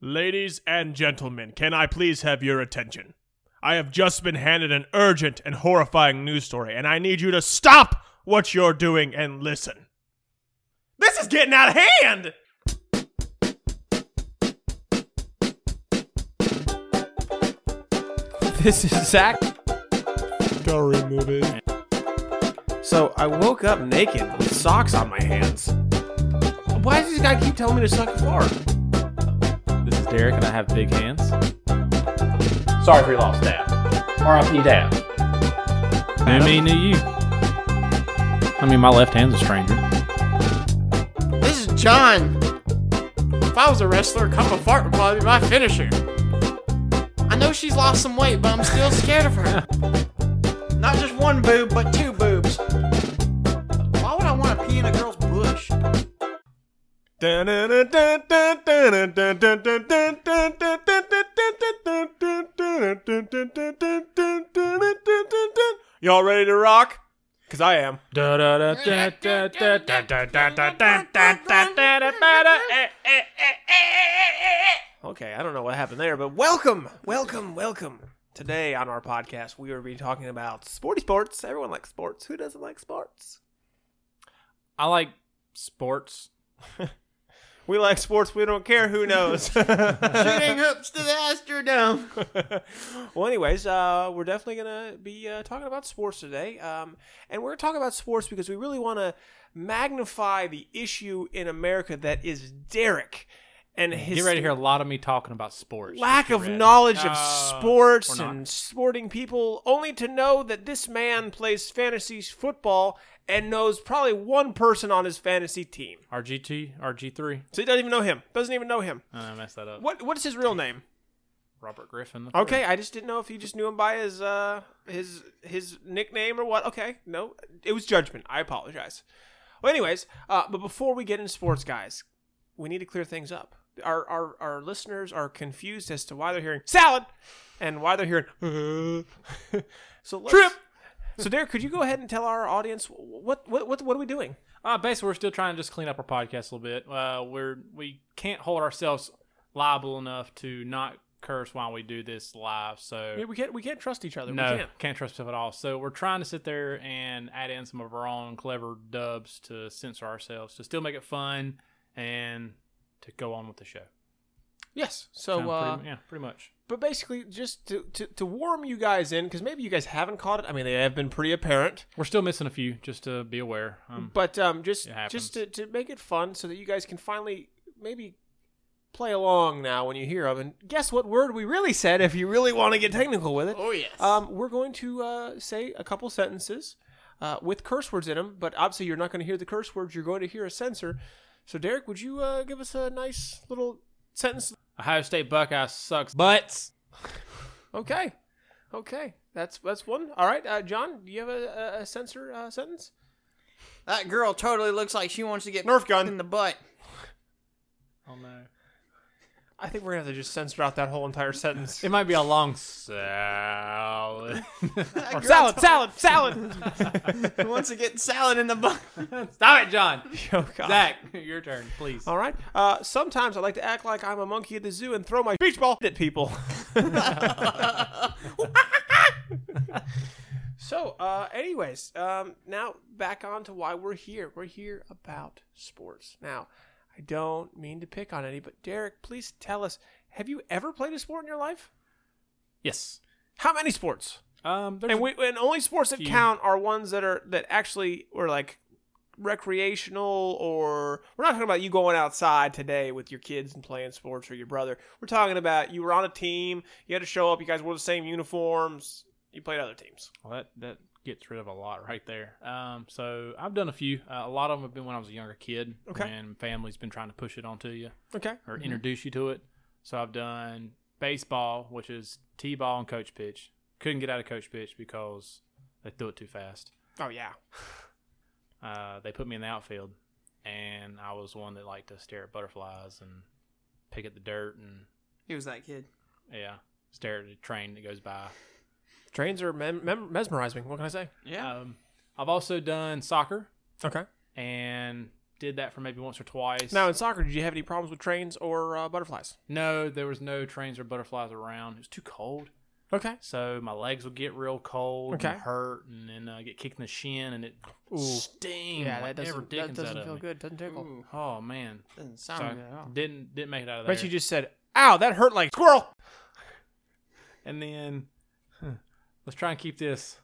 Ladies and gentlemen, can I please have your attention? I have just been handed an urgent and horrifying news story, and I need you to stop what you're doing and listen. This is getting out of hand! This is Zach. Go remove it. So I woke up naked with socks on my hands. Why does this guy keep telling me to suck hard? This is Derek, and I have big hands. Sorry for your loss, Dad. RIP, Dad. New me, new you. I mean, my left hand's a stranger. This is John. If I was a wrestler, a cup of fart would probably be my finisher. I know she's lost some weight, but I'm still scared of her. Not just one boob, but two boobs. Why would I want to pee in a girl's bush? Y'all ready to rock? Cause I am. Da da da da da da da. Okay, I don't know what happened there, but welcome, welcome, welcome. Today on our podcast, we will be talking about sporty sports. Everyone likes sports. Who doesn't like sports? I like sports. We like sports, we don't care who knows. Shooting hoops to the Astrodome. well, anyways, uh, we're definitely going to be uh, talking about sports today. Um, and we're talking about sports because we really want to magnify the issue in America that is Derek and his Get ready to hear a lot of me talking about sports. lack Get of ready. knowledge of Uh, sports we're not. and sporting people, only to know that this man plays fantasy football and knows probably one person on his fantasy team. RG2, RG3. So he doesn't even know him. Doesn't even know him. Uh, I messed that up. What What's his real name? Robert Griffin. Okay, I just didn't know if you just knew him by his uh his his nickname or what. Okay, no, it was judgment. I apologize. Well, anyways, uh, but before we get into sports, guys, we need to clear things up. Our our our listeners are confused as to why they're hearing salad and why they're hearing uh. so let's, Trip. So Derek, could you go ahead and tell our audience wh- what what what what are we doing? Uh, basically, we're still trying to just clean up our podcast a little bit. Uh, we're we can't hold ourselves liable enough to not curse while we do this live. So Yeah, we can't we can't trust each other. no, we can't. can't. trust people at all. So we're trying to sit there and add in some of our own clever dubs to censor ourselves to still make it fun and to go on with the show. Yes. So Kinda uh, pretty, yeah, pretty much. but basically just to, to, to warm you guys in because maybe you guys haven't caught it i mean they have been pretty apparent We're still missing a few, just to be aware. Um, but um, just It happens. just to, to make it fun so that you guys can finally maybe play along now when you hear them and guess what word we really said if you really want to get technical with it Oh yes. um, we're going to uh, say a couple sentences uh, with curse words in them but obviously you're not going to hear the curse words you're going to hear a censor so derek would you uh, give us a nice little sentence Ohio State Buckeye sucks butts. Okay, okay, that's that's one. All right, uh, John, do you have a, a, a censor uh, sentence? that girl totally looks like she wants to get Nerf gun. in the butt. Oh no! I think we're gonna have to just censor out that whole entire sentence. It might be a long salad. That girl salad, salad, salad. totally wants to get salad in the butt. Stop it, John. Oh, God. Zach, your turn, please. All right. Uh, sometimes I like to act like I'm a monkey at the zoo and throw my beach ball at people. so, uh, anyways, um, now back on to why we're here. We're here about sports. Now, I don't mean to pick on any, but Derek, please tell us: Have you ever played a sport in your life? Yes. How many sports? Um, there's And we and only sports that count are ones that are that actually were like recreational or we're not talking about you going outside today with your kids and playing sports or your brother. We're talking about you were on a team, you had to show up, you guys wore the same uniforms, you played other teams. Well, that that gets rid of a lot right there. Um, so I've done a few. Uh, a lot of them have been when I was a younger kid. Okay. And family's been trying to push it onto you Okay. or introduce you to it. So I've done baseball, which is t-ball and coach pitch. Couldn't get out of coach pitch because they threw it too fast. Oh yeah. Uh, they put me in the outfield, and I was one that liked to stare at butterflies and pick at the dirt and He was that kid. yeah, stare at a train that goes by. Trains are mem- mem- mesmerizing. What can I say? Um, I've also done soccer. Okay. and did that for maybe once or twice. Now in soccer, did you have any problems with trains or uh, butterflies? no, there was no trains or butterflies around. It was too cold, Okay. so my legs would get real cold Okay. and hurt, and then uh, get kicked in the shin, and it sting. like ever dickens out of me. good. Doesn't tickle. Ooh, Oh man, doesn't so sound I good at all. didn't didn't make it out of there. But you just said, "Ow, that hurt like squirrel." and then let's try and keep this.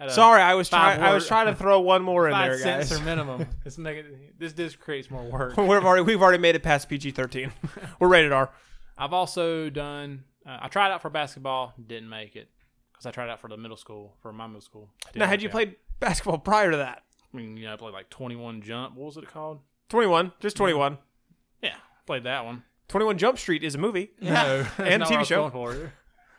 At a Sorry, I was five trying. I was word- trying to throw one more in five there, cents guys. or minimum. This make this this creates more work. We've already we've already made it past PG thirteen. We're rated R. I've also done. Uh, I tried out for basketball, didn't make it because I tried out for the middle school for my middle school. Didn't Now, had work you out. played basketball prior to that? I mean, you know, I played like twenty one jump. What was it called? Twenty one, just twenty one. Yeah, I played that one. Twenty one Jump Street is a movie. No, that's And not TV what I was show. going for.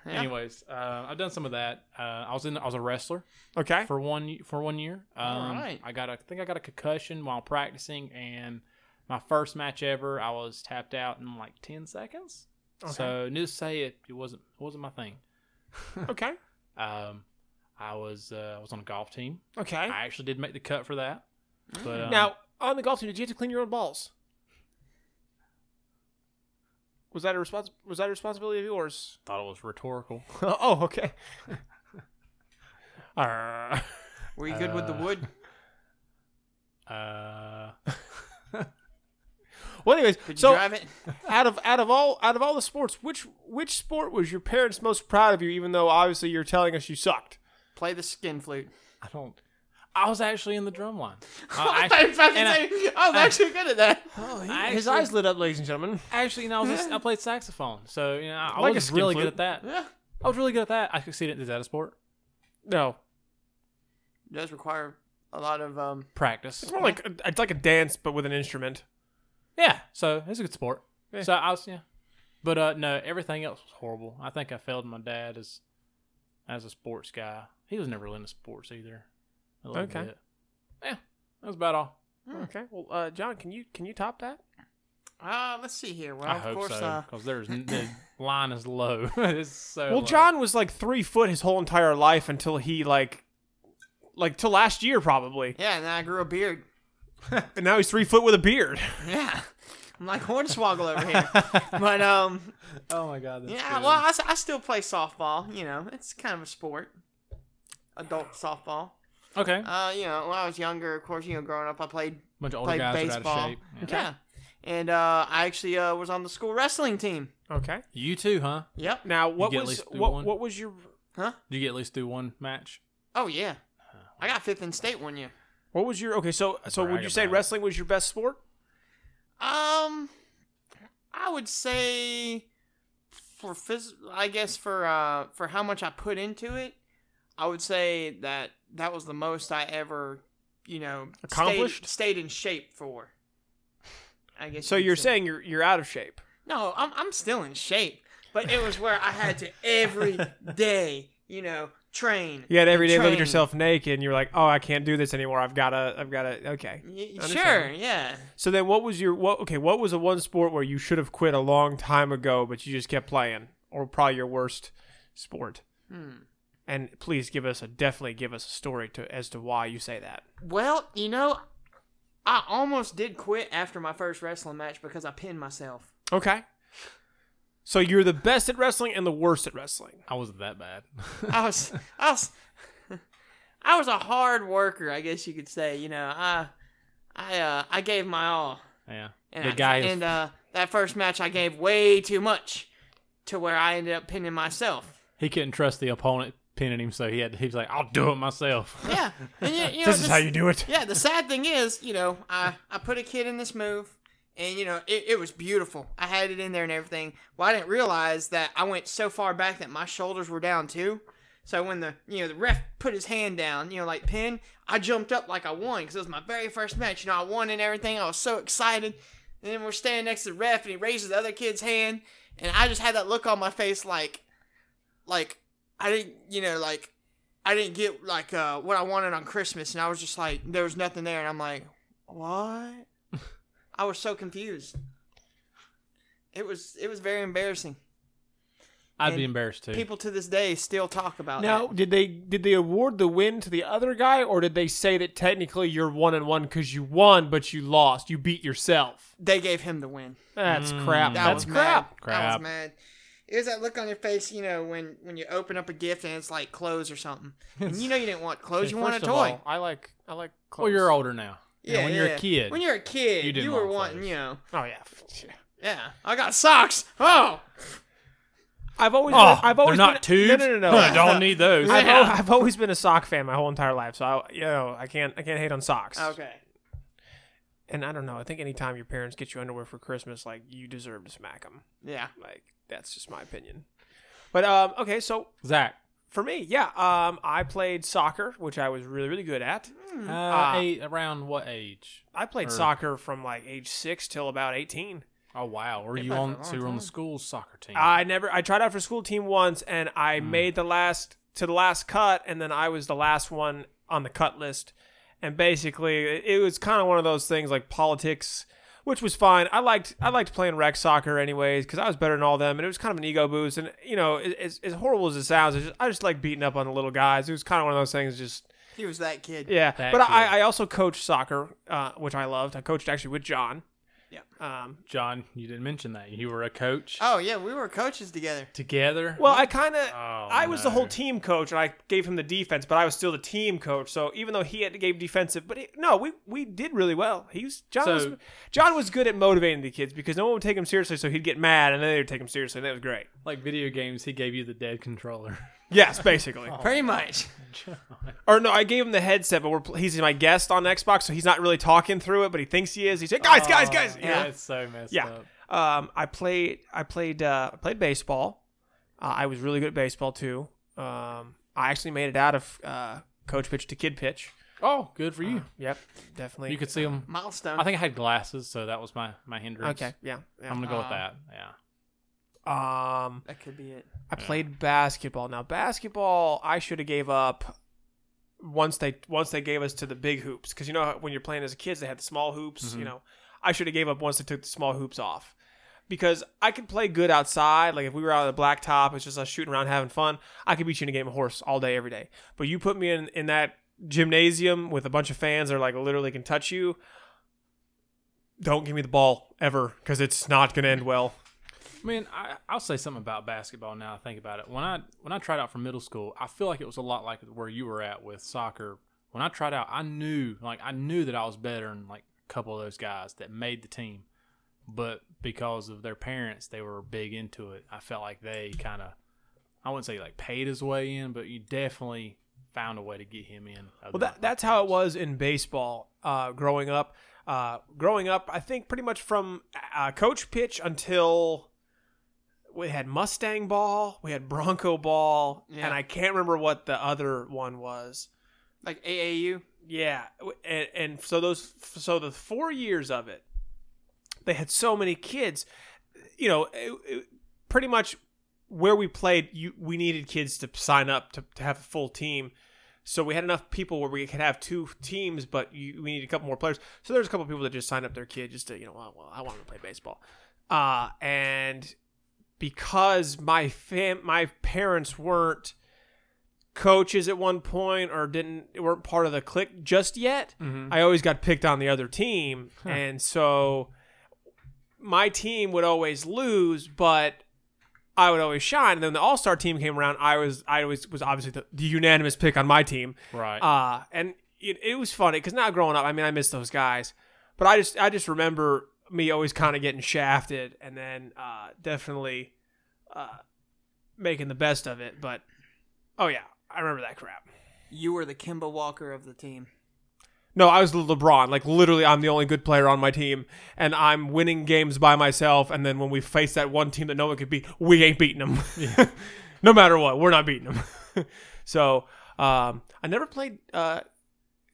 Anyways, uh, I've done some of that. Uh, I was in. I was a wrestler Okay. for one y- for one year. Um, All right. I got. A, I think I got a concussion while practicing, and my first match ever, I was tapped out in like ten seconds. So, news to say, it, it wasn't it wasn't my thing. Okay. Um, I was uh, I was on a golf team. Okay. I actually did make the cut for that. But um, Eh? Mm. Now, on the golf team, did you have to clean your own balls? Was that a respons- Was that a responsibility of yours? thought it was rhetorical. oh, okay. Arr. Were you good with the Uh, wood? Uh, well, anyways, Did you so drive it? out of out of all out of all the sports, which which sport was your parents most proud of you? Even though obviously you're telling us you sucked. Play the skin flute. I don't. I was actually in the drum line. I, I, thought you were about to and I- say, I, Oh, was actually good at that. I His actually- eyes lit up, ladies and gentlemen. Actually, no, I, was I played saxophone, so you know I, I Like a was skin really flute. good at that. Yeah, I was really good at that. I could see it. Is that a sport? No, it does require a lot of um. Practice. it's more like a, it's like a dance, but with an instrument. Yeah. So it's a good sport. Yeah. So I was yeah, but uh, no, everything else was horrible. I think I failed my dad as as a sports guy. He was never really into sports either. A little Okay. bit. Yeah, that was about all. Okay, well, uh, John, can you can you top that? Uh, let's see here. Well, I of hope course, so uh, because there's n- the line is low. it's so Well, low. John was like three foot his whole entire life until he like, like till last year probably, yeah. And then I grew a beard. and now he's three foot with a beard. Yeah, I'm like Hornswoggle over here. but um, Oh my god. That's yeah. good. Well, I, s- I still play softball. You know, it's kind of a sport. Adult softball. okay. Uh, you know, when I was younger, of course, you know, growing up, I played bunch of older played guys that are out baseball. of shape. Yeah. Yeah. And uh, I actually uh, was on the school wrestling team. Okay. You too, huh? Yep. Now what get at was least do what one? what was your Did you get at least through one match? Oh yeah. I got fifth in state one year. what was your okay? So so would Brag you say about it. wrestling was your best sport? Um, I would say for phys- I guess for uh for how much I put into it, I would say that that was the most I ever, you know, stayed- Accomplished? stayed, in shape for. I guess. So you could you're say. saying you're you're out of shape. no? I'm I'm still in shape, but it was where I had to every day, you know, train. You had every day look at train. yourself naked, and you're like, oh, I can't do this anymore. I've gotta I've gotta okay. Y- sure, Understand. yeah. So then what was your what okay? What was the one sport where you should have quit a long time ago, but you just kept playing, or probably your worst sport? Hmm. And please give us a definitely give us a story to as to why you say that. Well, you know, I almost did quit after my first wrestling match because I pinned myself. Okay. So you're the best at wrestling and the worst at wrestling. I wasn't that bad. I was, I was, I was a hard worker, I guess you could say. You know, I, I, uh, I gave my all. yeah. And the I- guy is and uh, that first match, I gave way too much, to where I ended up pinning myself. he couldn't trust the opponent pinning him, so he had he was like, "I'll do it myself." Yeah, and you, you know, This is how you do it. Yeah, the sad thing is, you know, I, I put a kid in this move, and you know, it, it was beautiful. I had it in there and everything. Well, I didn't realize that I went so far back that my shoulders were down too. So when the you know the ref put his hand down, you know, like pin, I jumped up like I won because it was my very first match. You know, I won and everything. I was so excited. And then we're standing next to the ref, and he raises the other kid's hand, and I just had that look on my face, like, like I didn't, you know, like I didn't get like uh, what I wanted on Christmas, and I was just like, there was nothing there, and I'm like, what? I was so confused. It was it was very embarrassing. I'd be And embarrassed too. People to this day still talk about Now, did they did they award the win to the other guy, or did they say that technically you're one and one because you won, but you lost, you beat yourself? that. They gave him the win. That's crap. That That's was crap. Mad. That Mm, Crap. was mad. It was that look on your face, you know, when when you open up a gift and it's like clothes or something, and you know you didn't want clothes, you want a First toy. of all, I like I like. Clothes. well, you're older now. You know, when you're a kid, When you're a kid, you you, didn't were want wanting, clothes. you know, Oh yeah. yeah, I got socks. Oh, I've always oh, been, I've always they're not been, tubes. No, no, no, no. Huh, don't need those. I've, Yeah. al- I've always been a sock fan my whole entire life, so I, you know, I can't I can't hate on socks. okay. And I don't know. I think anytime your parents get you underwear for Christmas, like you deserve to smack them. Yeah, Like that's just my opinion. But um, okay, so Zach, for me, yeah, um, I played soccer, which I was really really good at. uh, Ah. eight, around what age? I played Or- soccer from like age six till about eighteen. Oh wow, were They you played for on? So a long you were on the time. school soccer team. I never I tried out for school team once, and I made the last to the last cut, and then I was the last one on the cut list. And basically, it- it was kind of one of those things like politics, which was fine. I liked I liked playing rec soccer anyways because I was better than all them, and it was kind of an ego boost. And you know, as- as, as horrible as it sounds, I just, I just like beating up on the little guys. It was kind of one of those things, just he was that kid. yeah, That but kid. I, I also coached soccer, uh, which I loved. I coached actually with John. Yeah. Um, John, you didn't mention that you were a coach Oh yeah, we were coaches together. together. well, I kind of Oh, I was the no. whole team coach, and I gave him the defense, but I was still the team coach. So even though he had gave defensive, but it, no, we we did really well. He was John So- was John was good at motivating the kids because no one would take him seriously, so he'd get mad, and then they'd take him seriously, and that was great. like video games, he gave you the dead controller. Yes, basically. Pretty much. Or no, I gave him the headset, but we're, pl- he's my guest on Xbox, so he's not really talking through it, but he thinks he is. He's like, guys, guys, guys. you know? Oh, yeah, it's so messed Yeah. up. Um, I played. I played. Uh, I played baseball. Uh, I was really good at baseball too. Um, I actually made it out of uh, coach pitch to kid pitch. Oh, good for you. Yep, definitely. you could see him. mm. Milestone. I think I had glasses, so that was my my hindrance. Okay, yeah. yeah. I'm gonna go with Uh, Uh-huh. that. Yeah. Um, that could be it. I played basketball. Now basketball, I should have gave up once they once they gave us to the big hoops because you know how when you're playing as a kid they had the small hoops. You know, I should have gave up once they took the small hoops off because I could play good outside. Like if we were out on the blacktop, it's just us shooting around having fun. I could beat you in a game of horse all day every day. But you put me in in that gymnasium with a bunch of fans that are like literally can touch you. Don't give me the ball ever because it's not going to end well. I mean, I, I'll say something about basketball now. I think about it. When I when I tried out for middle school, I feel like it was a lot like where you were at with soccer. When I tried out, I knew like I knew that I was better than like a couple of those guys that made the team, but because of their parents, they were big into it. I felt like they kind of, I wouldn't say like paid his way in, but you definitely found a way to get him in. Well, that, that's how it was in baseball uh, growing up. Uh, growing up, I think pretty much from uh, coach pitch until we had Mustang ball, we had Bronco ball, Yeah. and I can't remember what the other one was. Like AAU. Yeah, w- and, and so those so the four years of it, they had so many kids. You know, it- it- pretty much where we played, you we needed kids to sign up to, to have a full team. So we had enough people where we could have two teams, but you, we needed a couple more players. So there's a couple people that just signed up their kid just to you know, well, well I want to play baseball, uh, and because my fam my parents weren't coaches at one point or didn't weren't part of the clique just yet. Mm-hmm. I always got picked on the other team, and so my team would always lose, but I would always shine. And then the All Star team came around. I was I was was obviously the, the unanimous pick on my team. right. Uh, and it, it was funny because now growing up, I mean, I miss those guys, but I just I just remember me always kind of getting shafted, and then uh, definitely uh, making the best of it. But oh yeah, I remember that crap. You were the Kimba Walker of the team. No, I was the LeBron. Like literally, I'm the only good player on my team, and I'm winning games by myself. And then when we face that one team that no one could beat, we ain't beating them. no matter what, we're not beating them. so um, I never played uh,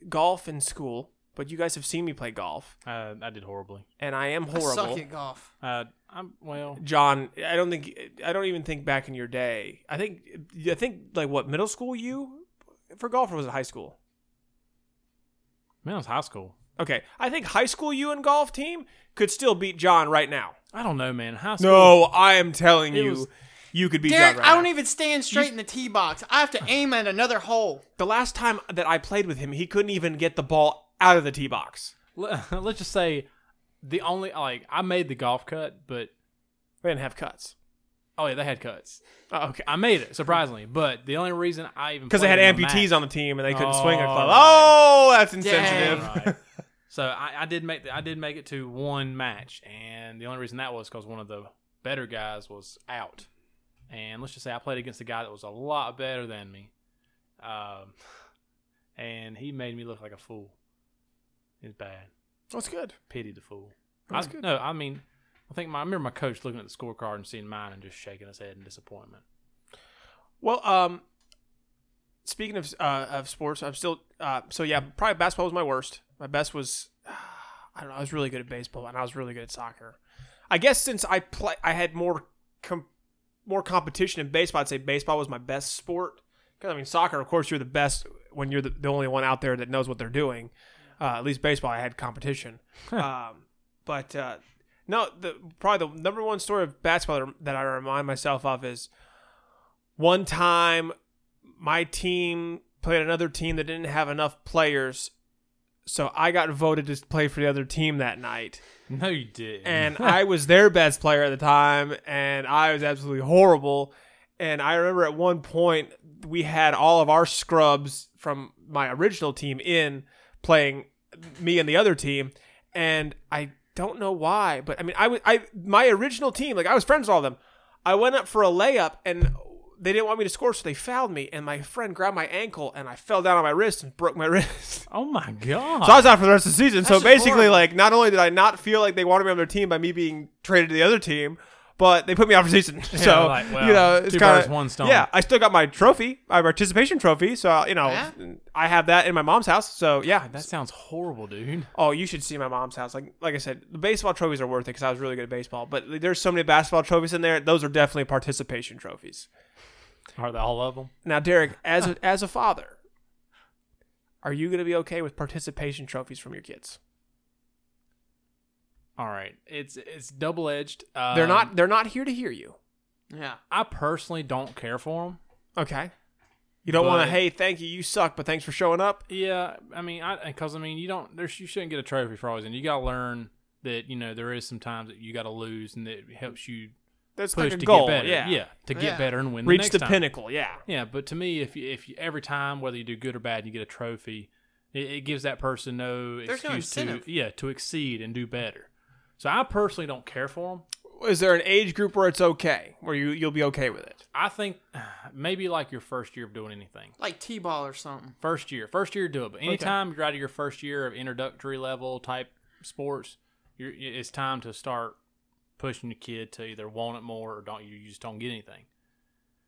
golf in school, but you guys have seen me play golf, uh, I did horribly. and I am I horrible. suck at golf. Uh, I'm well. John, I don't think I don't even think back in your day. I think I think like what middle school you for golf or was it high school? Man, it was high school. Okay, I think high school you and golf team could still beat John right now. I don't know, man. High school. No, I am telling It you, was- you could be Derek, John. Right I don't now. even stand straight in the tee box. I have to aim at another hole. The last time that I played with him, he couldn't even get the ball out of the tee box. Let, us just say the only like I made the golf cut, but We didn't have cuts. oh yeah, they had cuts. Oh, okay. I made it surprisingly, but the only reason I even Because they had played in the amputees match- on the team and they couldn't swing a Oh, club. right. Oh, that's insensitive. insensitive. Dang. Right. so I, I did make the, I did make it to one match, and the only reason that was because one of the better guys was out, and let's just say I played against a guy that was a lot better than me, um, and he made me look like a fool. It's bad. That's good. Pity the fool. I, no, I mean, I think my I remember my coach looking at the scorecard and seeing mine and just shaking his head in disappointment. Well, um, speaking of uh, of sports, I'm still uh, so yeah. Probably basketball was my worst. My best was I don't know. I was really good at baseball and I was really good at soccer. I guess since I play, I had more com- more competition in baseball. I'd say baseball was my best sport. Because I mean, soccer, of course, you're the best when you're the, the only one out there that knows what they're doing. Uh, at least baseball, I had competition. um, but uh, no, the probably the number one story of basketball that I remind myself of is one time my team played another team that didn't have enough players so i got voted to play for the other team that night No, you did. and i was their best player at the time and i was absolutely horrible and i remember at one point we had all of our scrubs from my original team in playing me and the other team and i don't know why but i mean i was i my original team like i was friends with all of them i went up for a layup and they didn't want me to score so they fouled me and my friend grabbed my ankle and i fell down on my wrist and broke my wrist oh my god. So I was out for the rest of the season. so just basically, horrible. like, not only did I not feel like they wanted me on their team by me being traded to the other team, but they put me out for the season. so like, well, you know, it's two kind birds, of one stone. Yeah, I still got my trophy, my participation trophy. So you know, Yeah. I have that in my mom's house. So yeah, that sounds horrible, dude. Oh, you should see my mom's house. Like, like I said, the baseball trophies are worth it because I was really good at baseball. But there's so many basketball trophies in there; those are definitely participation trophies. Are they all of them? Now, Derek, as a, as a father are you going to be okay with participation trophies from your kids All right. It's it's double edged. Um, they're not they're not here to hear you Yeah. I personally don't care for them. okay you don't want But- to hey thank you you suck but thanks for showing up Yeah, I mean, I because I mean, you don't. There's you shouldn't get a trophy for always, and you gotta learn that you know there is some times that you gotta lose, and that it helps you that's push like a to goal get better. yeah to get Yeah. better and win. the, reach next the time. pinnacle yeah Yeah, but to me, if you, if you, every time whether you do good or bad, you get a trophy, it, it gives that person no There's no excuse incentive. to yeah to exceed and do better. So I personally don't care for them. is there an age group where it's okay where you you'll be okay with it I think maybe like your first year of doing anything. Like T ball or something. First year, first year do it. But anytime you're out of your first year of introductory level type sports, you're, it's time to start pushing the kid to either want it more or don't. You just don't get anything.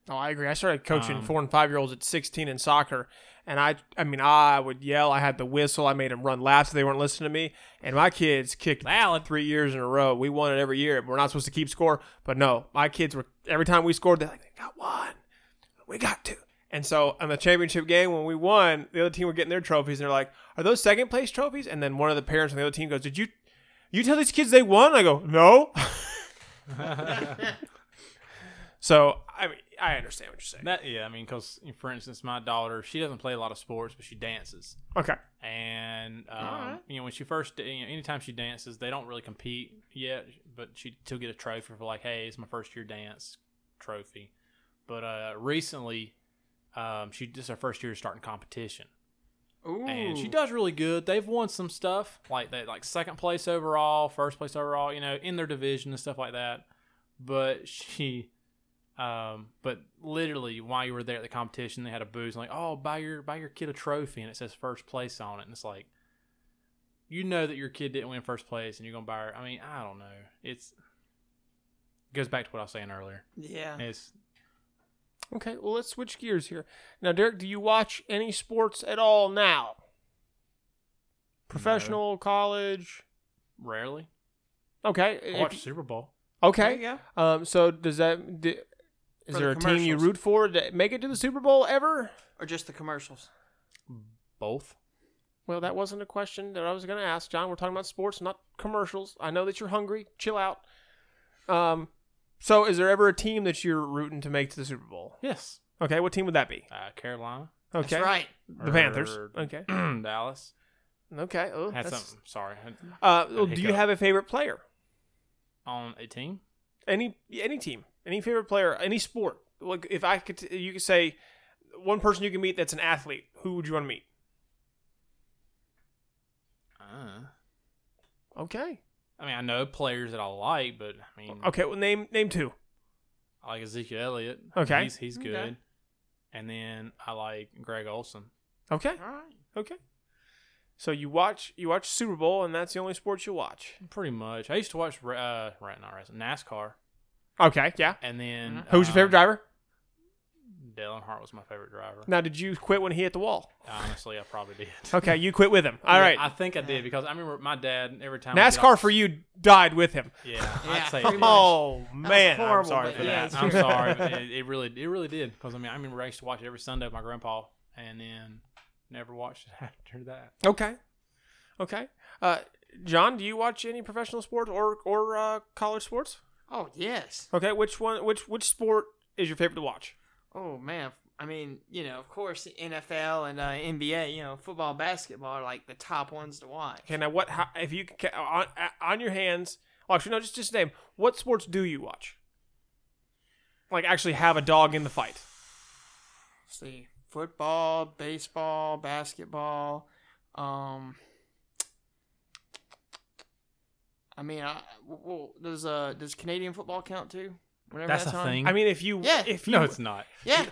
oh i agree i started coaching Um, four and five year olds at 16 in soccer and i i mean i would yell i had the whistle i made them run laps if they weren't listening to me and my kids kicked Valid. three years in a row we won it every year we're not supposed to keep score but no my kids were every time we scored they're like they got one we got two and so on the championship game when we won the other team were getting their trophies and they're like are those second place trophies and then one of the parents on the other team goes did you you tell these kids they won i go no so i mean i understand what you're saying That yeah, I mean, because for instance, my daughter she doesn't play a lot of sports, but she dances. okay and um, you know when she first you know, anytime she dances they don't really compete yet but she still get a trophy for like hey it's my first year dance trophy but uh recently um she this is her first year starting competition Ooh. and she does really good they've won some stuff like that like second place overall first place overall you know in their division and stuff like that but she um, but literally while you were there at the competition they had a booth and like oh buy your buy your kid a trophy and it says first place on it and it's like you know that your kid didn't win first place and you're gonna buy her i mean i don't know it's it goes back to what i was saying earlier Yeah. it's Okay, well, let's switch gears here. Now, Derek, do you watch any sports at all now? Professional, college? rarely Okay. I if- watch super bowl There you okay. go. Um, so does that. di- is For the there a team you commercials. root for that make it to the Super Bowl ever? Or just the commercials. both Well, that wasn't a question that I was going to ask, John. We're talking about sports, not commercials. I know that you're hungry. Chill out. Um, So, is there ever a team that you're rooting to make to the Super Bowl? Yes. Okay, what team would that be? Uh, Carolina. Okay, That's right. the Panthers. or Okay, Dallas. okay. Oh, Had that's- something. Sorry. Had- Uh, well, do you hiccup. have a favorite player? On a team. Any any team, any favorite player, any sport. Like, if I could, you could say one person you can meet that's an athlete. Who would you want to meet? Uh, Okay. I mean, I know players that I like, but I mean, Okay. Well, name name two. I like Ezekiel Elliott. Okay. He's he's Okay. good. And then I like Greg Olson. Okay. All right. Okay. So you watch you watch Super Bowl, and that's the only sport you watch. Pretty much. I used to watch ra- uh right not racing NASCAR, Okay. Yeah. Uh, and then Mhm. Who's Mm-hmm. your favorite um, driver? Dale Hart was my favorite driver. Now, did you quit when he hit the wall? Honestly, I probably did. Okay, you quit with him. All right. I think I did because I remember my dad every time we got- NASCAR for you died with him. Yeah, Yeah, I'd say. pretty it much. did. Oh man, I'm horrible, sorry but for yeah, that. it's I'm true. sorry. but it, it really, it really did. Because I mean, I remember I used to watch it every Sunday with my grandpa, and then never watched it after that. Okay, okay. Uh, John, do you watch any professional sports or or uh, college sports? Oh yes. Okay, which one? Which which sport is your favorite to watch? Oh man. I mean, you know, of course, the NFL and uh, NBA. You know, football, basketball are like the top ones to watch. Okay, now what? How, if you ca- on on your hands, oh, actually no, just just name what sports do you watch? Like actually have a dog in the fight. Let's see, football, baseball, basketball. Um, I mean, I, well, does uh does Canadian football count too? Whenever That's, a on? thing. I mean, if you Yeah. if you no, it's not. Yeah,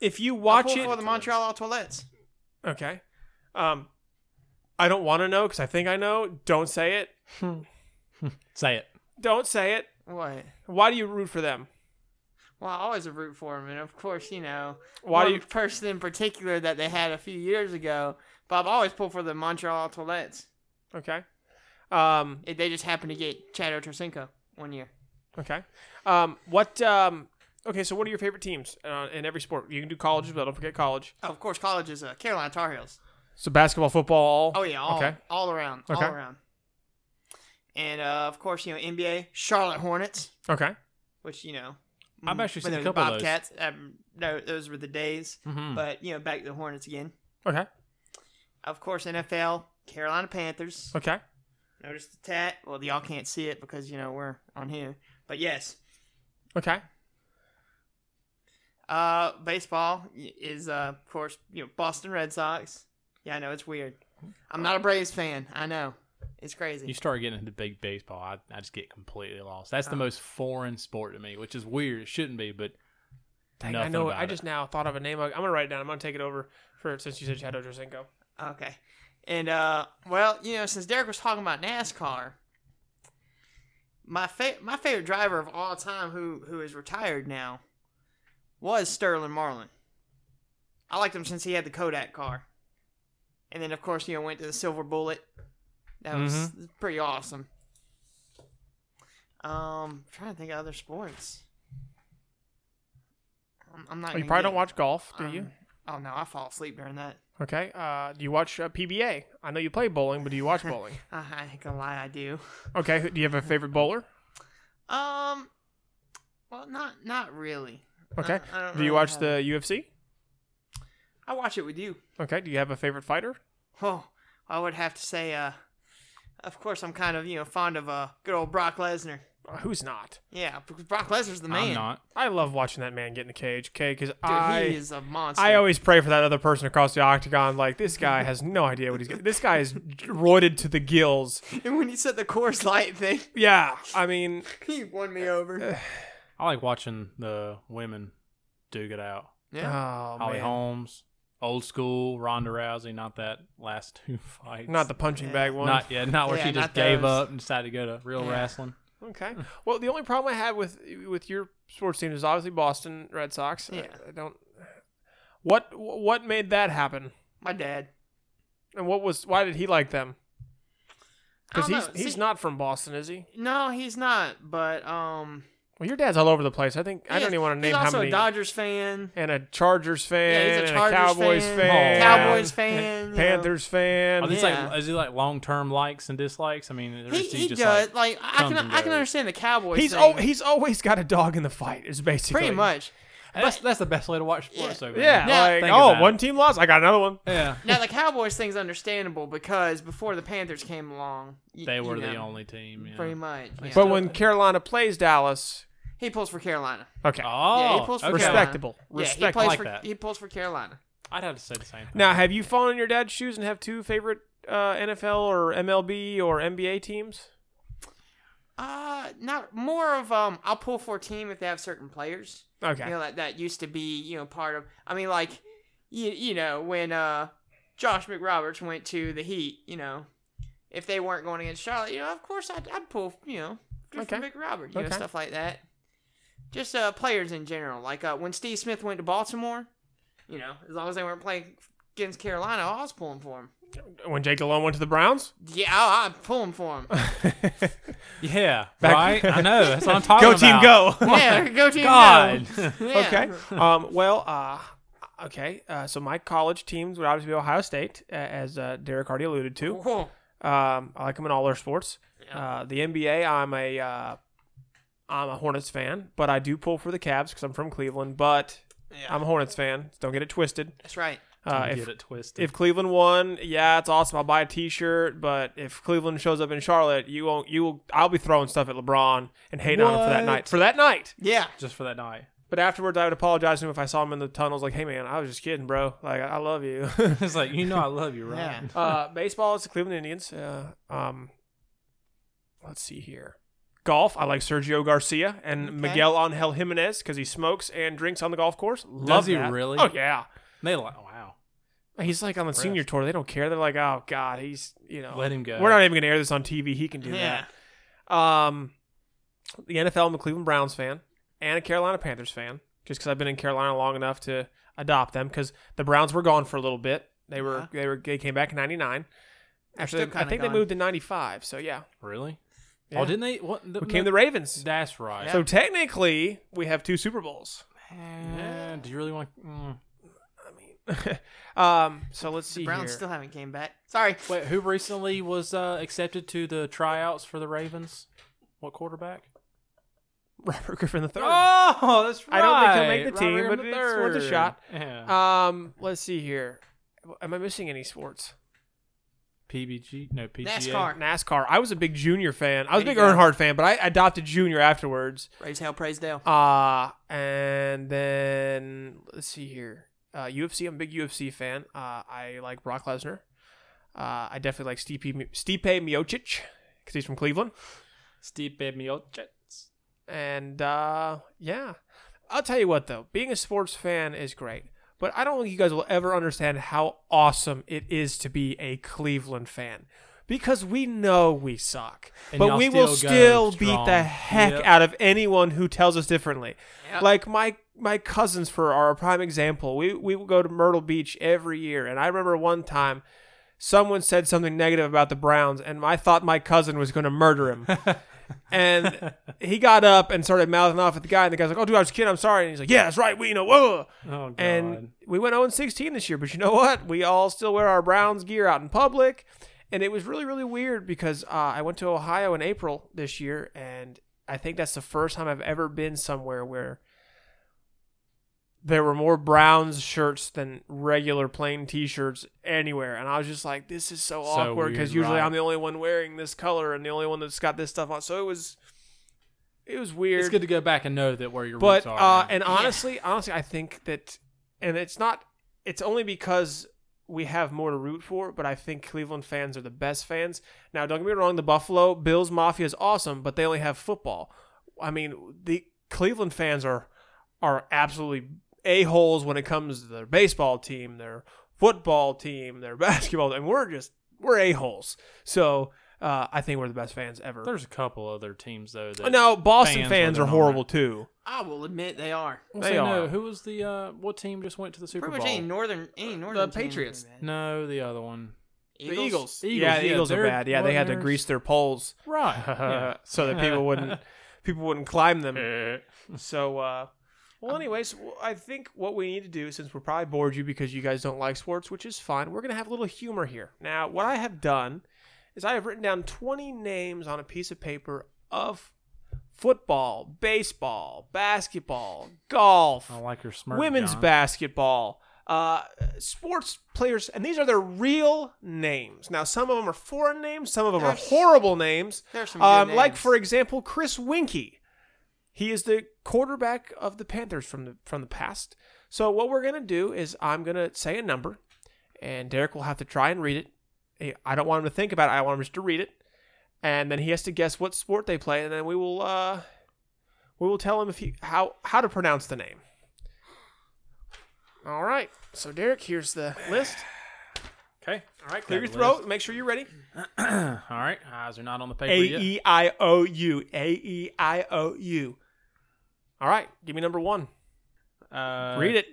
if you I'll watch pull it for the Montreal Toilettes. Okay. Um, I don't want to know because I think I know. Don't say it. Say it. Don't say it. What? Why do you root for them? Well, I always root for them, and of course, you know, Why do one you- person in particular that they had a few years ago. Bob always pulled for the Montreal Toilettes. Okay. Um, It, they just happened to get Chad Ochocinco one year. okay. Um, what? Um, okay. So, what are your favorite teams uh, in every sport? You can do college as well. Don't forget college. Oh, of course, college is uh, Carolina Tar Heels. So, basketball, football. Oh yeah, all Okay. all around, Okay. all around. And uh, of course, you know NBA Charlotte Hornets, Okay. which you know I've actually seen when they a were the couple of those. Bobcats. Um, no, those were the days. Mm-hmm. Mhm. But you know, back to the Hornets again. Okay. Of course, NFL Carolina Panthers. Okay. Notice the tat. Well, y'all can't see it because you know we're on here. But yes, Okay. uh, baseball y- is uh, of course you know Boston Red Sox. Yeah, I know it's weird. I'm not a Braves fan. I know it's crazy. You start getting into big baseball, I, I just get completely lost. That's the Uh-huh. Oh. most foreign sport to me, which is weird. It shouldn't be, but Dang, I Nothing know. about I it. just now thought of a name. I'm gonna write it down. I'm gonna take it over for since you said Chad Ochocinco. Okay. And uh well, you know, since Derek was talking about NASCAR, my fa- my favorite driver of all time who who is retired now was Sterling Marlin. I liked him since he had the Kodak car. And then of course, you know, went to the Silver Bullet. That was Mm-hmm. pretty awesome. Um, trying to think of other sports. I'm, I'm not. Oh, you gonna probably get- don't watch golf, do um, you? Oh no, I fall asleep during that. Okay. Uh, do you watch uh, PBA? I know you play bowling, but do you watch bowling? Uh, I ain't gonna lie, I do. Okay. who- Do you have a favorite bowler? Um, well, not not really. Okay. Uh, I don't do you really watch have- the UFC? I watch it with you. Okay. Do you have a favorite fighter? Oh, I would have to say, uh, of course, I'm kind of you know fond of uh good old Brock Lesnar. Uh, who's not? Yeah, because Brock Lesnar's the man. I'm not. I love watching that man get in the cage, okay? Because Dude, I he is a monster. I always pray for that other person across the octagon. Like this guy has no idea what he's. Getting. This guy is roided to the gills. and when he said the Coors Light thing, Yeah, I mean, he won me Uh, over. I like watching the women duke it out. Yeah. oh Holly man, Holmes, old school Ronda Rousey, not that last two fights. not the punching bag one. Not yeah, not where Yeah, she just not gave those. up and decided to go to real Yeah. wrestling. okay. Well, the only problem I have with with your sports team is obviously Boston Red Sox. I- Yeah. I, don't. What what made that happen? My dad. And what was why did he like them? Because I don't he's know. he's See- not from Boston, is he? No, he's not. But um, Well, your dad's all over the place. I think I He don't is- even want to name he's how also many. a Dodgers fan. and a Chargers fan. yeah, he's a and Chargers a Cowboys fan. fan, Oh. fan. Cowboys and fan, you know. Panthers fan. Are these Yeah. like is he like long term likes and dislikes? I mean, or He, is he, he just does. like Like, I comes can and I can goes? understand the Cowboys. He's thing, al- he's always got a dog in the fight. Is basically pretty much. that's, that's the best way to watch sports. Over Yeah, Now- like Think oh, about one team lost. I got another one. there. yeah. Now the Cowboys thing's understandable because before the Panthers came along, y- They you were the know, only team. Yeah. pretty much. yeah. But when Carolina plays Dallas, he pulls for Carolina, okay, Oh, Yeah, he pulls for okay. Carolina. respectable, yeah, he respect. plays like for that. he pulls for Carolina. I'd have to say the same thing. now, have you fallen in your dad's shoes and have two favorite uh, NFL or MLB or NBA teams? Uh, not more of um. I'll pull for a team if they have certain players. Okay, You know that that used to be you know part of. I mean, like you you know when uh Josh McRoberts went to the Heat, you know, if they weren't going against Charlotte, you know, of course I'd, I'd pull you know for Okay. McRoberts, you know, Okay. stuff like that. Just uh players in general, like uh when Steve Smith went to Baltimore, you know, as long as they weren't playing against Carolina, I was pulling for him. when Jake Delhomme went to the Browns, Yeah, I, I'd pull him for him. Yeah, Back- right. I know. That's what I'm talking go about. team, go. yeah, go team. go. God. Yeah. Okay. Um, well, uh, okay. Uh, so my college teams would obviously be Ohio State, a- as uh, Derek already alluded to. Cool. Um, I like them in all their sports. Uh, the NBA, I'm a uh, I'm a Hornets fan, but I do pull for the Cavs because I'm from Cleveland. But I'm a Hornets fan. So don't get it twisted. That's right. Uh, Get if it twisted. if Cleveland won, yeah, it's awesome. I'll buy a T-shirt. But if Cleveland shows up in Charlotte, you won't. You will. I'll be throwing stuff at LeBron and hating on him for that What? night. For that night. Yeah. just for that night. But afterwards, I would apologize to him if I saw him in the tunnels. Like, hey man, I was just kidding, bro. Like, I I love you. It's like you know I love you, right? Yeah. uh, baseball is the Cleveland Indians. Uh, um, let's see here. Golf, I like Sergio Garcia and Miguel Angel Jimenez because he smokes and drinks on the golf course. Love he that. really? Oh yeah. They like wow. He's like on the senior Impressed. tour. They don't care. They're like, oh god, he's you Oh. know. Let him go. We're not even gonna air this on TV. He can do Yeah. that. Um, the NFL. I'm a Cleveland Browns fan and a Carolina Panthers fan, just because I've been in Carolina long enough to adopt them. Because the Browns were gone for a little bit. They were Yeah. they were they came back in '99. Actually, still I kinda think gone. they moved to '95. So yeah, really. Yeah. Oh, didn't they? What the, became the Ravens. That's right. So technically, we have two Super Bowls. Yeah, do you really want? Mm. um, so let's see Browns here. still haven't came back. Sorry. Wait, who recently was uh, accepted to the tryouts for the Ravens? What quarterback? Robert Griffin III. Oh, that's I don't think he'll make the right, team, Robert but Griffin it's worth a III. shot. Oh! Yeah. Um, let's see here. Am I missing any sports? PBG, no PGA. NASCAR. NASCAR. I was a big Junior fan. I was a There big you go. Earnhardt fan, but I adopted Junior afterwards. Raise hell, praise Dale. Uh and then let's see here. Uh, UFC. I'm a big UFC fan. Uh, I like Brock Lesnar. Uh, I definitely like Stipe Mi- Stipe Miocic because he's from Cleveland. Steve Miocic. And uh, yeah, I'll tell you what though, being a sports fan is great, but I don't think you guys will ever understand how awesome it is to be a Cleveland fan because we know we suck, And but y'all we will still still go beat strong. the heck Yep. out of anyone who tells us differently. Yep. Like my my cousins for are a prime example. We we would go to Myrtle Beach every year, and I remember one time. Someone said something negative about the Browns, and I thought my cousin was going to murder him and he got up and started mouthing off at the guy, and the guy's like, "Oh, dude, I was kidding. I'm sorry." And he's like, "Yeah, that's right. We know." Whoa. Oh God. And we went 0 16 this year, but you know what? We all still wear our Browns gear out in public, and it was really, really weird because uh, I went to Ohio in April this year, and I think that's the first time I've ever been somewhere where there were more Browns shirts than regular plain T-shirts anywhere, and I was just like, "This is so, So awkward" because weird, usually right. I'm the only one wearing this color and the only one that's got this stuff on. So it was, it was weird it's good to go back and know that where your but roots are. uh, man. and honestly, honestly, I think that, and it's not, it's only because we have more to root for. But I think Cleveland fans are the best fans. Now, don't get me wrong, the Buffalo Bills Mafia is awesome, but they only have football. I mean, the Cleveland fans are are absolutely a holes when it comes to their baseball team, their football team, their basketball, and we're just we're a holes. So uh, I think we're the best fans ever. there's a couple other teams though. That no, Boston fans fans, whether are or not. horrible too. I will admit they are. Well, They say are. No, who was the uh, what team just went to the Super Pretty Bowl? much any northern, any northern. team. Patriots. No, the other one. Eagles, Eagles. yeah, the Eagles are they're- bad. Yeah, they had to they're- grease their poles Right. Yeah. so that people wouldn't people wouldn't climb them. so, uh, well, anyways, w- I think what we need to do, since we're probably bored you because you guys don't like sports, which is fine, we're gonna have a little humor here. Now, what I have done is I have written down 20 names on a piece of paper of football, baseball, basketball, golf, I like your smirk. women's John. basketball, uh, sports players, and these are their real names. Now, some of them are foreign names, some of them There's- are horrible names. there's some good um, like names. for example, Chris Winky. He is the quarterback of the Panthers from the from the past. So what we're gonna do is I'm gonna say a number, and Derek will have to try and read it. Eh, I don't want him to think about it. I want him just to read it, and then he has to guess what sport they play, and then we will uh, we will tell him if he how how to pronounce the name. All right. So Derek, here's the list. Okay. All right. Clear your throat. Make sure you're ready. All right. Eyes are not on the paper A yet. E I O U. A E I O U. All right, give me number one. Uh, Read it.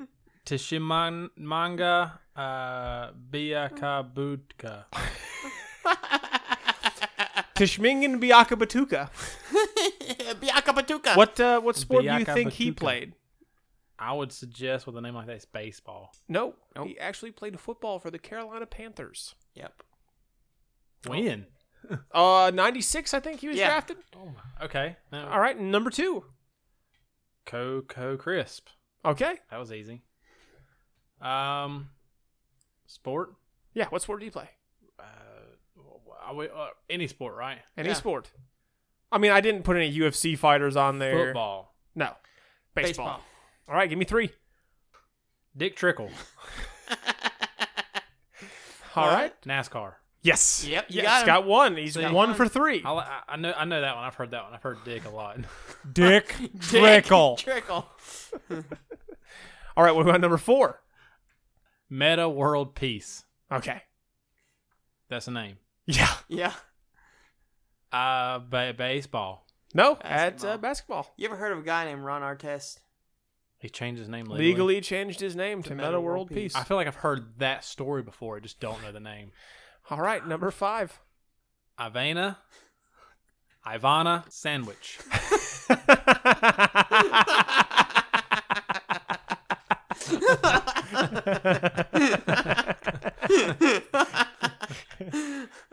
Tishimanga uh, Biakabutka. Tishmingen Biakabatuka. Bianca Patuca. What uh, what sport do you Biaka think he Batuka. played? I would suggest with a name like that, it's baseball. No, he actually played football for the Carolina Panthers. Yep. When? Uh, ninety six, I think he was Yeah. drafted. Oh my. Okay. All right, number two. Coco Crisp. Okay, That was easy. Um, sport. yeah. What sport did he play? Uh, I would- uh, any sport, right? Any Yeah. sport? I mean, I didn't put any UFC fighters on there. Football. No, baseball. Baseball. All right, give me three. Dick Trickle. All All right. right. NASCAR. Yes. Yep, you Yes. got him. got one. He's See? one for three. I, li- I- I know. I know that one. I've heard that one. I've heard Dick a lot. Dick Trickle. Trickle. All right, what about number four? Meta World Peace. Okay. That's the name. Yeah. Yeah. Uh, ba- baseball. No, at Basketball. uh, basketball. You ever heard of a guy named Ron Artest? He changed his name legally. Legally, changed his name to, Meta, World Peace. I feel like I've heard that story before. I just don't know the name. All right, number five. Ivana. Ivana Sandwich.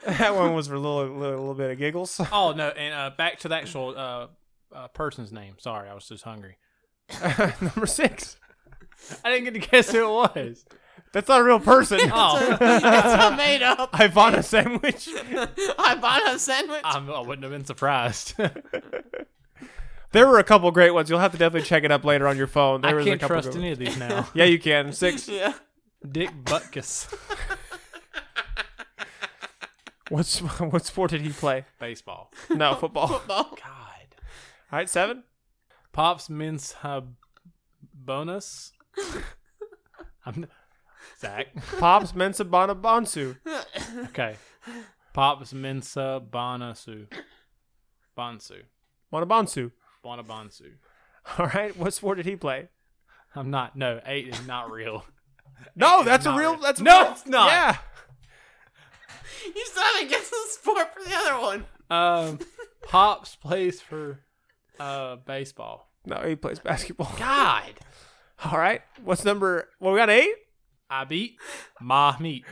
that one was for a little, little, little bit of giggles. Oh no! And uh, back to the actual uh, uh, person's name. Sorry, I was just hungry. number six. I didn't get to guess who it was. That's not a real person. Oh, That's all made up. Ivana Sandwich. I bought a sandwich. I'm, I wouldn't have been surprised. There were a couple great ones. You'll have to definitely check it up later on your phone. There I was a can't couple trust good any of these now. ones. Yeah, you can. Six. yeah. Dick Butkus. What's, what sport did he play? Baseball. No, football. Football. God. All right, seven. Pops mince uh, bonus. I'm Zach. Pops Mensa Bonabonsu. Okay. Pops Mensa Bonasu. Bonsu. Bonabonsu. Bonabonsu. All right, what sport did he play? I'm not. No, eight is not real. No, that's a not real. real. That's a No, real- it's not. Yeah. You still haven't guessed the sport for the other one. Um, Pops plays for uh, baseball. No, he plays basketball. God. All right. What's number? Well, we got eight. I beat my meat.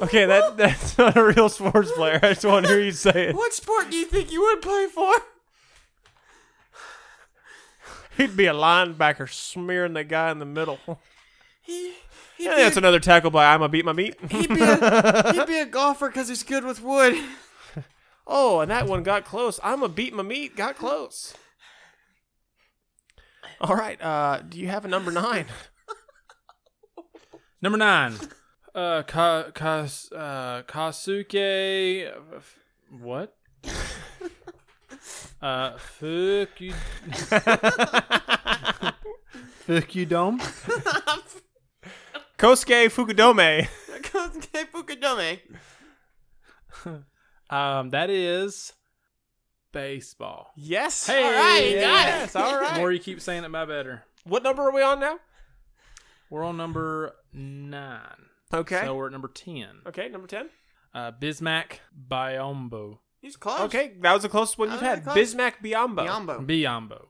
Okay, that that's not a real sports player. I just want to hear you say it. What sport do you think you would play for? He'd be a linebacker smearing the guy in the middle. He, he'd, Yeah, be, that's another tackle by I'ma beat my meat. he'd, be a, he'd be a golfer because he's good with wood. Oh, and that one got close. I'ma beat my meat. Got close. All right. Uh, do you have a number nine? Number nine. Uh, Ka- Kas- uh, Kasuke. uh, f- What? uh, fuck you. fuck you, dome. Kosuke Fukudome. Kosuke Fukudome. Um, that is baseball. Yes. Hey, All right, you got it. yes. All The right. more you keep saying it, my better. What number are we on now? We're on number nine. Okay. So we're at number 10. okay, number 10. Uh, Bismack Biombo. He's close. Oh, Okay, that was the closest one you've Okay, had. close. Bismack Biombo. Biombo. Biombo.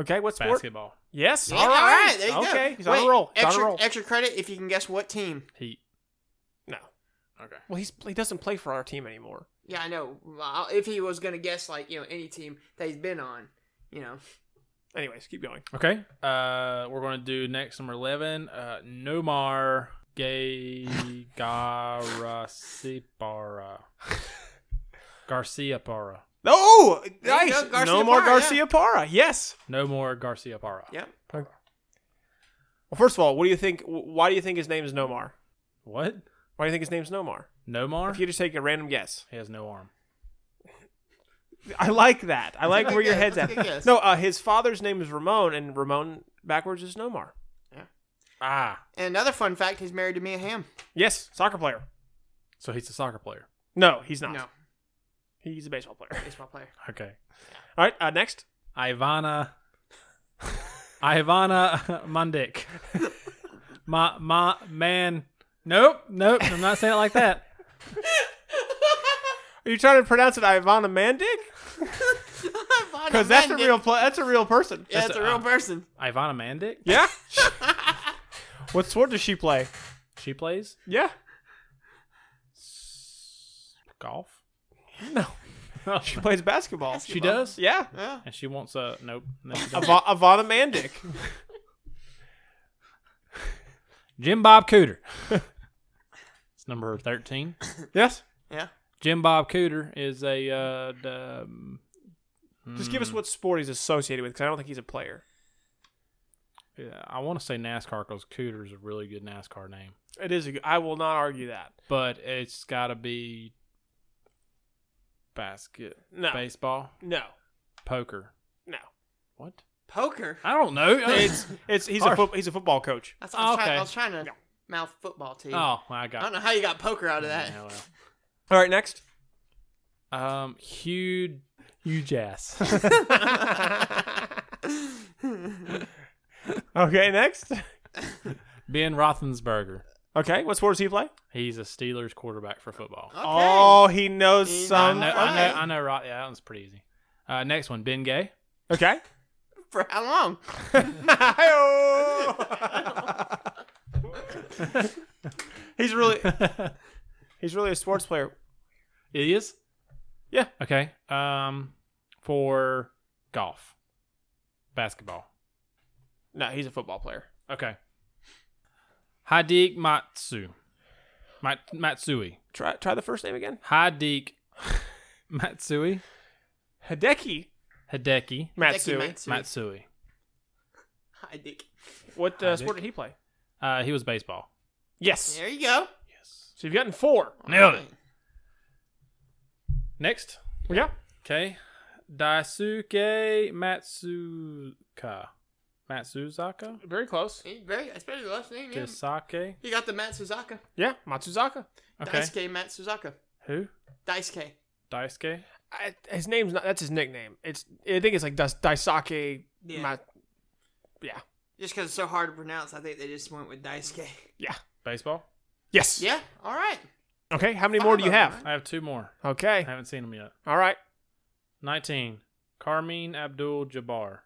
Okay, what Oh. sport? Basketball. Yes. Yeah, all right. There you go. okay, he's Wait, on a roll. He's Extra, on a roll. extra credit if you can guess what team. Heat. No. Okay. Well, he's he doesn't play for our team anymore. Yeah, I know. Well, if he was gonna guess like you know any team that he's been on, you know. Anyways, keep going. Okay. Uh, we're going to do next number 11. Uh, Nomar Garcia Garcia Para. No, There you nice. go, Garcia no more Parra, yeah. Garcia Parra. Yes. No more Garcia Para. Yep. Well, first of all, what do you think? Why do you think his name is Nomar? What? Why do you think his name's Nomar? Nomar? If you just take a random guess, he has no arm. I like that. I like good where your guess, head's that's a at. good guess. No, uh, his father's name is Ramon, and Ramon backwards is Nomar. Ah. And another fun fact: he's married to Mia Hamm. Yes, soccer player. So he's a soccer player. No, he's not. No, He's a baseball player. baseball player. Okay. All right, uh, next. Ivana. Ivana Mundick. my my man. Nope, nope. I'm not saying it like that. Are you trying to pronounce it Ivana Mandic? Because that's a real pla that's a real person. Uh-huh. Yeah, it's a real person. Ivana Mandic. Yeah. what sport does she play? She plays Yeah. golf. No. She plays basketball. she does. Yeah. Yeah. And she wants a nope. No, she don't. Ava- Ivana Mandic. Jim Bob Cooter. it's number thirteen. Yes. Yeah. Jim Bob Cooter is a. Uh, d- um, hmm, Just give us Mm. what sport he's associated with, because I don't think he's a player. yeah, I want to say NASCAR because Cooter is a really good NASCAR name, It is. A, g- I will not argue that. but it's got to be basket No. baseball No. poker. No. What? Poker. I don't know. It's it's he's a Harsh. fo- he's a football coach. That's what I was, Okay. trying, I was trying to mouth football to you. oh, I I got. don't know how you got poker out of that. Yeah, All right, next. well. Um, huge, huge ass. Okay, next. ben Roethlisberger. Okay, what sport does he play? He's a Steelers quarterback for football. Oh, he knows He's- I some. know, I know, fine. I know. Right, yeah, that one's pretty easy. Uh, next one, Ben Gay. Okay. For how long? Oh. he's really he's really a sports player. It is. Yeah. Okay. Um, for golf, basketball. No, he's a football player. Okay. Hadik Matsu, Mat- Matsui. Try try the first name again. Hadik Matsui. Hideki Hideki Matsui. Matsui. Matsui. Hi, Dick. What uh, Hideki. sport did he play? Uh, he was baseball. Yes. There you go. Yes. So you've gotten four. Nailed it. Next. Yeah. Okay. Daisuke Matsuka. Matsuzaka? Very close. He's very, that's pretty last Mm. name. Yeah. Kisake? You got the Matt Suzaka. Yeah, Matsuzaka. Okay. Daisuke Matt Suzaka. Who? Daisuke. Daisuke? I, his name's not. That's his nickname. It's. I think it's like Dais- Daisake. Yeah. Ma- Just because it's so hard to pronounce, I think they just went with Daisuke. Baseball? yes. Yeah. All right. Okay. How many more do you Five of have? I have two more. I Okay. haven't seen them yet. All right. 19. Karmeen Abdul Jabbar.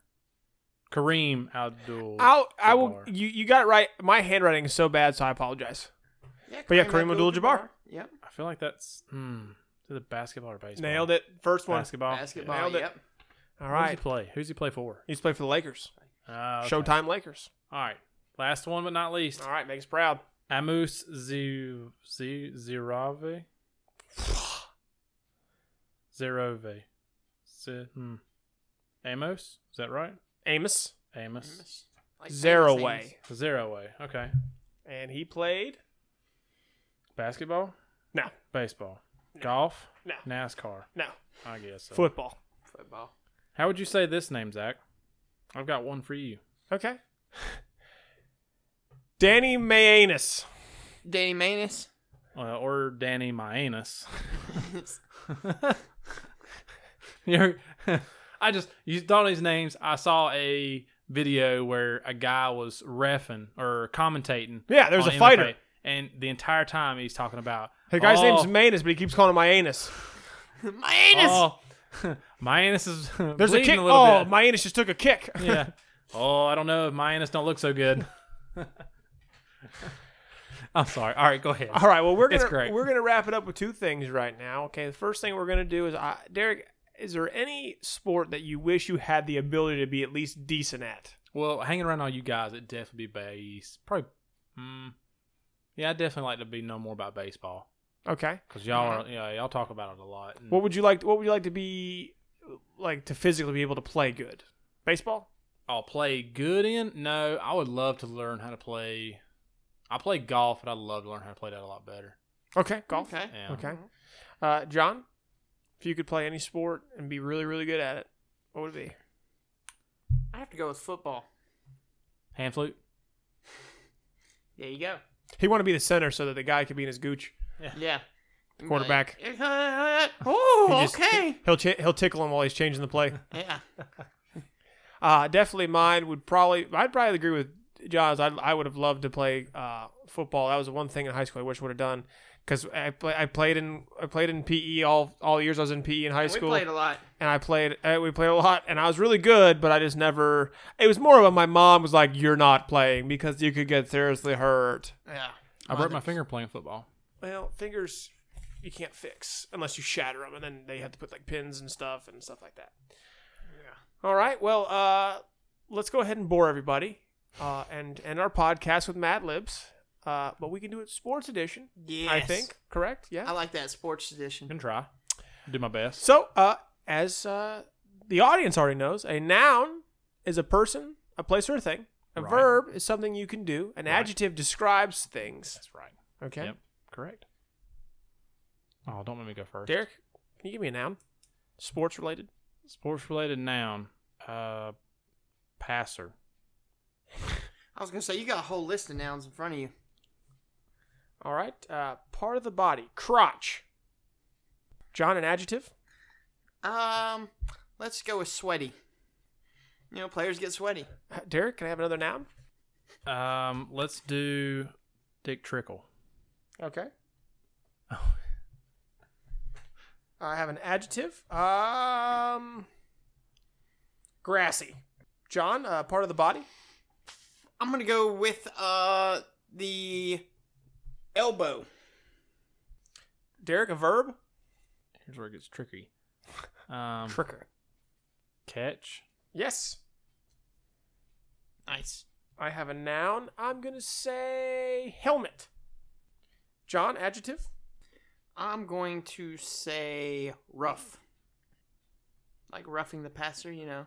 Kareem Abdul. I'll. I will. Jabbar. You. You got it right. My handwriting is so bad, so I apologize. Yeah, But yeah, Kareem Abdul-Jabbar. Oh, Yep. I feel like that's. Hmm. Is it basketball or baseball? Nailed it. First one. Basketball. Basketball. Nailed it. Yep. All All right. Who's he right. play? Who's he play for? He's played for the Lakers. Uh, okay. Showtime Lakers. All right. Last one but not least. All right. Make us proud. Amos Zu- Zu- Zirave? Zirove. Z- hmm. Amos? Is that right? Amos Amos. Like Zero famous way, Zero way. Okay. and he played. Basketball? No. Baseball? Golf? No. NASCAR? No. I guess. So. Football. things. Football. How would you say this name, Zach? I've got one for you. Okay. Danny Mayanus. Danny Manus. Uh, or Danny Mayanus. You're, I just you thought these names. I saw a video where a guy was refing or commentating. Yeah, there's on a fighter. NFL. and the entire time he's talking about The guy's oh, name's Manus, but he keeps calling him my anus. My anus. Oh, my anus is There's a bleeding kick. A little oh, bit. my anus just took a kick. yeah. Oh, I don't know. My anus don't look so good. I'm sorry. All right, go ahead. All right, well we're It's gonna great. we're gonna wrap it up with two things right now. Okay, the first thing we're gonna do is, uh, Derek, is there any sport that you wish you had the ability to be at least decent at? Well, hanging around all you guys, it'd definitely be base. Probably. Mm, yeah, I would definitely like to be know more about baseball Okay, because y'all are yeah y'all talk about it a lot. And what would you like? What would you like to be like to physically be able to play good? Baseball. I'll play good in? No, I would love to learn how to play. I play golf, but I'd love to learn how to play that a lot better. Um, Okay, golf. Okay. Yeah. Okay, uh, John, if you could play any sport and be really really good at it, what would it be? I have to go with football. Hand flute. There you go. He want to be the center so that the guy could be in his gooch. Yeah. Quarterback. He oh, just- okay. He'll ch- he'll tickle him while he's changing the play. Yeah. Uh, definitely mine would probably, I'd probably agree with John's. I, I would have loved to play uh, football. That was the one thing in high school I wish I would have done because I, play, I played in I played in PE all all years I was in PE in high We school played a lot. and I played uh, we played a lot and I was really good but I just never it was more of a, my mom was like you're not playing because you could get seriously hurt. Yeah. I broke my finger playing football. Well, fingers you can't fix unless you shatter them, and then they have to put like pins and stuff and stuff like that. Yeah. All right. Well, uh, let's go ahead and bore everybody uh, and end our podcast with Mad Libs. Uh, but we can do it sports edition, Yes. I think. Correct? Yeah. I like that sports edition. Can try. Do my best. so, uh, as uh, the audience already knows, a noun is a person, a place, or a thing. A Right. verb is something you can do. An adjective describes things. That's right. Okay. Yep. Correct. Oh, don't let me go first. Derek, can you give me a noun? Sports related? Sports related noun. Uh, passer. I was gonna say you got a whole list of nouns in front of you. All right. Uh, part of the body, crotch. John, an adjective. Um, let's go with sweaty. You know, players get sweaty. Uh, Derek, can I have another noun? Um, let's do Dick Trickle. Okay. Oh. I have an adjective. Um, grassy. John, uh, part of the body. I'm gonna go with uh the elbow. Derek, a verb. Here's where it gets tricky. Um, Tricker. catch. Yes. Nice. I have a noun. I'm gonna say helmet. John, adjective. I'm going to say rough. Like roughing the passer, you know.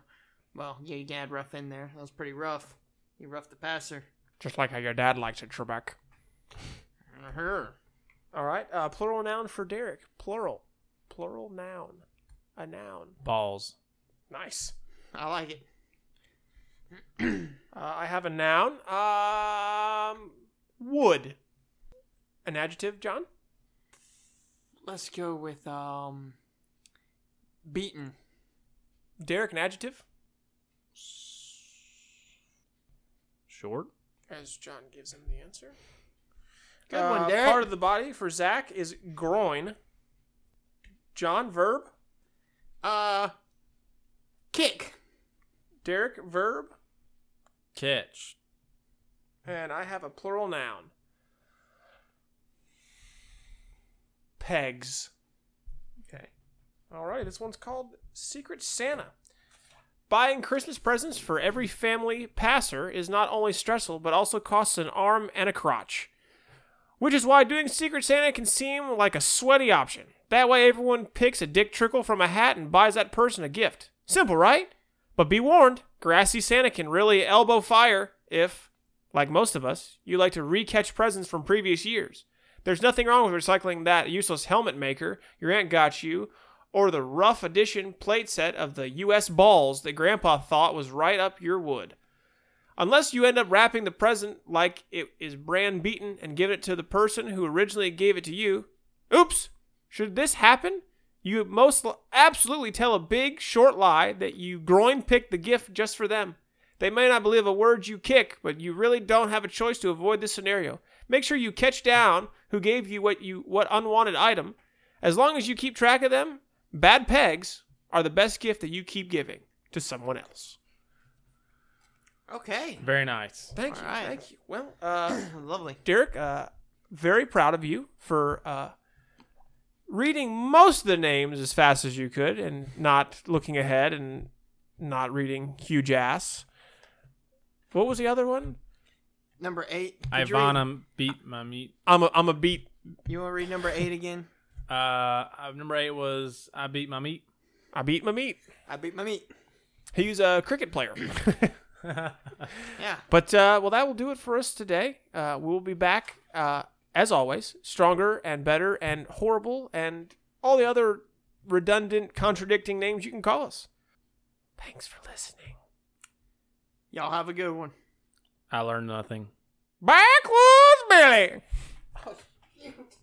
Well, yeah, you can add rough in there. That was pretty rough. You roughed the passer. Just like how your dad likes it, Trebek. Her. All right. Uh, plural noun for Derek. Plural. Plural noun. A noun. Balls. Nice. I like it. Uh, I have a noun. Um, wood. An adjective, John. Let's go with um beaten. Derek, an adjective. Short. As John gives him the answer. Uh, Good one, Derek. Part of the body for Zach is groin. John, verb. Uh kick. Derek, verb. Catch. And I have a plural noun. Pegs. Okay. All right, this one's called Secret Santa. Buying Christmas presents for every family passer is not only stressful, but also costs an arm and a crotch. Which is why doing Secret Santa can seem like a sweaty option. That way, everyone picks a dick trickle from a hat and buys that person a gift. Simple, right? But be warned grassy Santa can really elbow fire if, like most of us, you like to recatch presents from previous years. There's nothing wrong with recycling that useless helmet maker your aunt got you, or the rough edition plate set of the US balls that Grandpa thought was right up your wood. Unless you end up wrapping the present like it is brand beaten and giving it to the person who originally gave it to you. Oops! Should this happen, you most l- absolutely tell a big, short lie that you groin picked the gift just for them. They may not believe a word you kick, but you really don't have a choice to avoid this scenario. Make sure you catch down who gave you what you what unwanted item. As long as you keep track of them, bad pegs are the best gift that you keep giving to someone else. Okay. Very nice. Thank All you. right. Thank you. Well, uh, Lovely. Derek, uh, very proud of you for uh, reading most of the names as fast as you could and not looking ahead and not reading huge ass. What was the other one? Number eight. Could you read- Ivana beat my meat. I'm a, I'm a beat. You want to read number eight again? Uh, uh, number eight was I beat my meat. I beat my meat. I beat my meat. He's a cricket player. Yeah. but uh, well, that will do it for us today. Uh, we'll be back uh, as always, stronger and better and horrible and all the other redundant, contradicting names you can call us. Thanks for listening. Y'all have a good one. I learned nothing. Backwards Billy. Oh, cute.